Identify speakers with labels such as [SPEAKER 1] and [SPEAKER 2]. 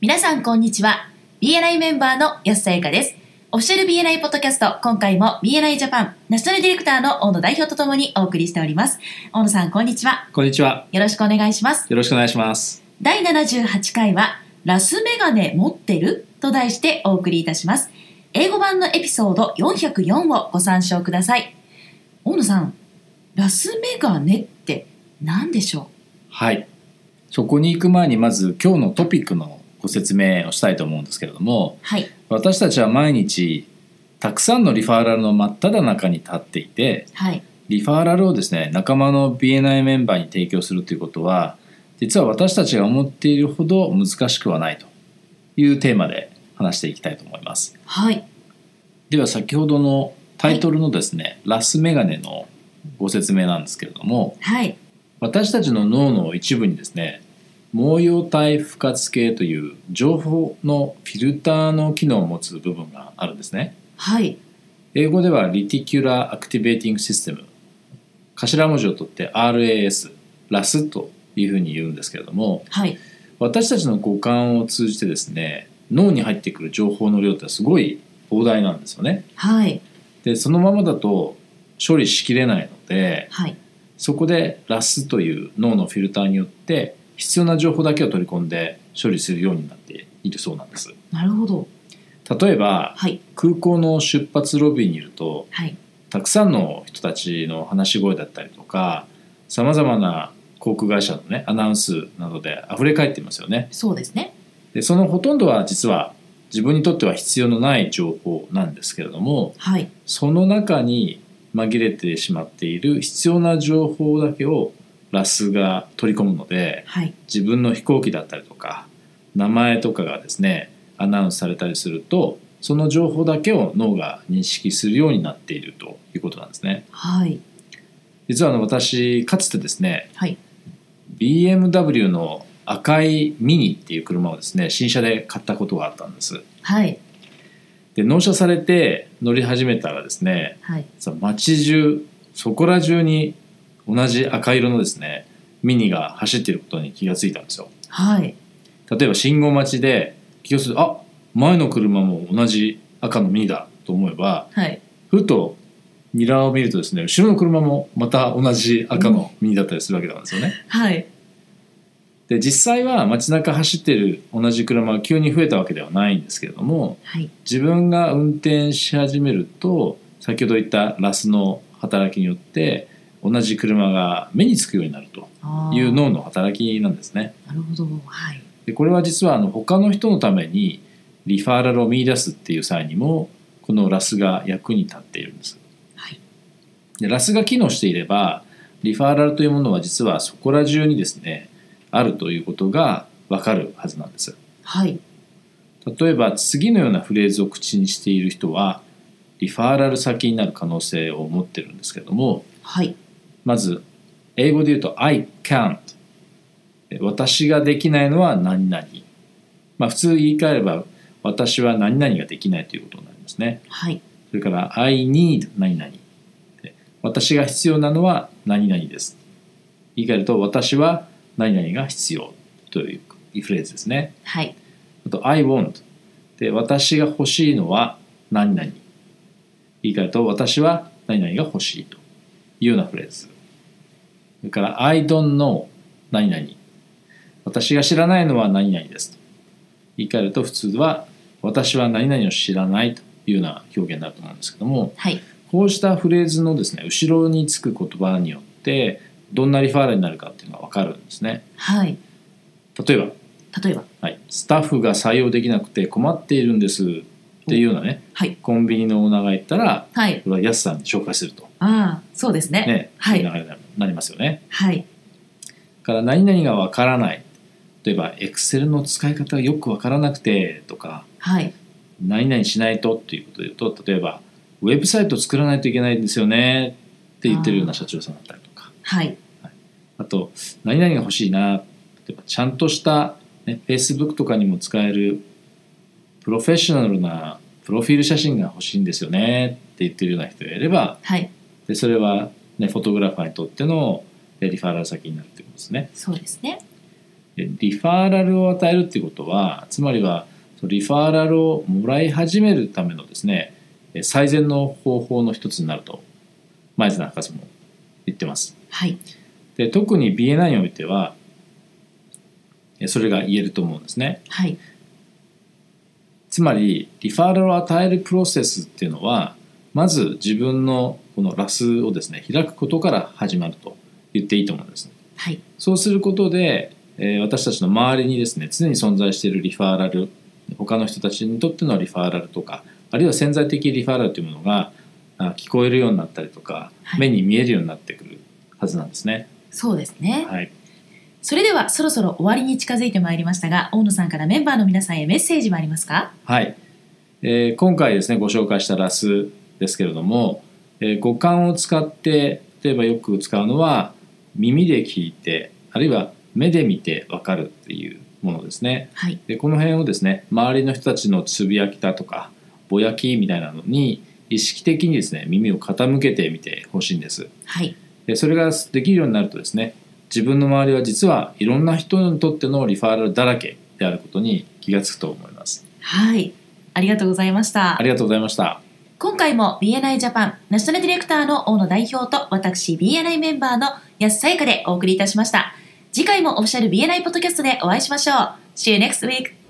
[SPEAKER 1] 皆さんこんにちは BNI メンバーの安さゆかですオフィシャル BNI ポッドキャスト今回も BNI ジャパンナショナルディレクターの大野代表とともにお送りしております大野さんこんにちは
[SPEAKER 2] こんにちは。
[SPEAKER 1] よろしくお願いします
[SPEAKER 2] よろしくお願いします。
[SPEAKER 1] 第78回は「ラスメガネ持ってる?」と題してお送りいたします英語版のエピソード404をご参照ください大野さんラスメガネって何でしょ
[SPEAKER 2] はい。そこに行く前にまず今日のトピックのご説明をしたいと思うんですけれど
[SPEAKER 1] う
[SPEAKER 2] も、
[SPEAKER 1] はい
[SPEAKER 2] 私たちは毎日たくさんのリファーラルの真っ只中に立っていて、
[SPEAKER 1] はい
[SPEAKER 2] リファーラルをですね、仲間の BNI メンバーに提供するということは、実は私たちが思っているほど難しくはないというテーマで話していきたいと思います。
[SPEAKER 1] はい
[SPEAKER 2] では先ほどのタイトルのですね、ラスメガネのご説明なんですけれども、
[SPEAKER 1] はい
[SPEAKER 2] 私たちの脳の一部にですね毛様体不活系という情報のフィルターの機能を持つ部分があるんですね
[SPEAKER 1] はい
[SPEAKER 2] 英語では Reticular Activating System 頭文字を取って RAS ラスというふうに言うんですけれども
[SPEAKER 1] はい
[SPEAKER 2] 私たちの五感を通じてですね脳に入ってくる情報の量ってすごい膨大なんですよね
[SPEAKER 1] はい
[SPEAKER 2] でそのままだと処理しきれないので
[SPEAKER 1] はい
[SPEAKER 2] そこでラスという脳のフィルターによって必要な情報だけを取り込んで処理するようになっているそうなんです
[SPEAKER 1] なるほど
[SPEAKER 2] 例えば
[SPEAKER 1] はい
[SPEAKER 2] 空港の出発ロビーにいると
[SPEAKER 1] はい
[SPEAKER 2] たくさんの人たちの話し声だったりとかさまざまな航空会社のねアナウンスなどで溢れ返っていますよね
[SPEAKER 1] そうですね
[SPEAKER 2] でそのほとんどは実は自分にとっては必要のない情報なんですけれども
[SPEAKER 1] はい
[SPEAKER 2] その中に紛れてしまっている必要な情報だけをラスが取り込むので
[SPEAKER 1] はい
[SPEAKER 2] 自分の飛行機だったりとか名前とかがですねアナウンスされたりするとその情報だけを脳が認識するようになっているということなんですね
[SPEAKER 1] はい
[SPEAKER 2] 実はあの私かつてですね
[SPEAKER 1] はい
[SPEAKER 2] BMW の赤いミニっていう車をですね新車で買ったことがあったんです
[SPEAKER 1] はい
[SPEAKER 2] で納車されて乗り始めたらですね
[SPEAKER 1] はい
[SPEAKER 2] さ街中そこら中に同じ赤色のですねミニが走っていることに気がついたんですよ
[SPEAKER 1] はい
[SPEAKER 2] 例えば信号待ちで気がするとあ前の車も同じ赤のミニだと思えば
[SPEAKER 1] はい
[SPEAKER 2] ふとミラーを見るとですね後ろの車もまた同じ赤のミニだったりするわけなんですよね。
[SPEAKER 1] はい
[SPEAKER 2] で実際は街中走ってる同じ車が急に増えたわけではないんですけれども
[SPEAKER 1] はい
[SPEAKER 2] 自分が運転し始めると先ほど言ったラスの働きによって同じ車が目につくようになると
[SPEAKER 1] あー
[SPEAKER 2] いう脳の働きなんですね。
[SPEAKER 1] なるほどはい
[SPEAKER 2] でこれは実はあの他の人のためにリファーラルを見出すっていう際にもこのラスが役に立っているんです。
[SPEAKER 1] はい
[SPEAKER 2] でラスが機能していればリファーラルというものは実はそこら中にですねあるということがわかるはずなんです。
[SPEAKER 1] はい
[SPEAKER 2] 例えば次のようなフレーズを口にしている人はリファーラル先になる可能性を持ってるんですけども
[SPEAKER 1] はい
[SPEAKER 2] まず英語で言うと「I can't」え私ができないのは何々まあ普通言い換えれば私は何々ができないということになりますね
[SPEAKER 1] はい
[SPEAKER 2] それから「I need 何々」え私が必要なのは何々です言い換えると私は何々が必要というフレーズですね
[SPEAKER 1] はい
[SPEAKER 2] あと、I want。で、私が欲しいのは何々。言い換えると、私は何々が欲しいというようなフレーズ。それから、I don't know 何々。私が知らないのは何々ですと。言い換えると、普通は私は何々を知らないというような表現になると思うんですけども、
[SPEAKER 1] はい
[SPEAKER 2] こうしたフレーズのですね、後ろにつく言葉によって、どんなリファーラルになるかっていうのがわかるんですね。
[SPEAKER 1] はい
[SPEAKER 2] 例えば、
[SPEAKER 1] 例えば
[SPEAKER 2] はい、スタッフが採用できなくて困っているんですっていうようなね
[SPEAKER 1] はい
[SPEAKER 2] コンビニのオーナーが言ったら
[SPEAKER 1] はい
[SPEAKER 2] これは安さんに紹介すると、
[SPEAKER 1] ああそうですね
[SPEAKER 2] ね
[SPEAKER 1] はい
[SPEAKER 2] そういう流れになりますよね。
[SPEAKER 1] はい
[SPEAKER 2] から何々がわからない例えば「エクセルの使い方がよくわからなくて」とか
[SPEAKER 1] はい
[SPEAKER 2] 「何々しないと」っていうことで言うと例えば「ウェブサイト作らないといけないんですよね」って言ってるような社長さんだったりとか
[SPEAKER 1] はい
[SPEAKER 2] あと「何々が欲しいな」例えばちゃんとした、ね、Facebook とかにも使えるプロフェッショナルなプロフィール写真が欲しいんですよねって言ってるような人がいれば
[SPEAKER 1] はい
[SPEAKER 2] でそれは、ね、フォトグラファーにとってのえリファーラル先になるってことですね。
[SPEAKER 1] そうですね
[SPEAKER 2] でリファーラルを与えるっていうことはつまりはそのリファーラルをもらい始めるためのですねえ最善の方法の一つになると前津博士も言ってます。
[SPEAKER 1] はい。
[SPEAKER 2] で特に BNI においてはえそれが言えると思うんですね。
[SPEAKER 1] はい。
[SPEAKER 2] つまりリファーラルを与えるプロセスっていうのはまず自分のこのラスをですね開くことから始まると言っていいと思うんです。
[SPEAKER 1] はい。
[SPEAKER 2] そうすることで、えー私たちの周りにですね常に存在しているリファーラル他の人たちにとってのリファーラルとかあるいは潜在的リファーラルというものがあ聞こえるようになったりとか、
[SPEAKER 1] はい
[SPEAKER 2] 目に見えるようになってくるはずなんですね。
[SPEAKER 1] そうですね。
[SPEAKER 2] はい、
[SPEAKER 1] それではそろそろ終わりに近づいてまいりましたが、大野さんからメンバーの皆さんへメッセージはありますか
[SPEAKER 2] はいえー今回ですねご紹介したラスですけれども、えー五感を使って例えばよく使うのは耳で聞いてあるいは目で見てわかるっていうものですね。
[SPEAKER 1] はい。
[SPEAKER 2] でこの辺をですね周りの人たちのつぶやきだとかぼやきみたいなのに意識的にですね耳を傾けてみてほしいんです
[SPEAKER 1] はい。
[SPEAKER 2] でそれができるようになるとですね自分の周りは実はいろんな人にとってのリファーラルだらけであることに気がつくと思います
[SPEAKER 1] はい。ありがとうございました
[SPEAKER 2] あ。りがとうございました
[SPEAKER 1] 今回も BNI ジャパンナショナルディレクターの大野代表と私 BNI メンバーの安さゆかでお送りいたしました。次回もオフィシャル BNI ポッドキャストでお会いしましょう。See you next week!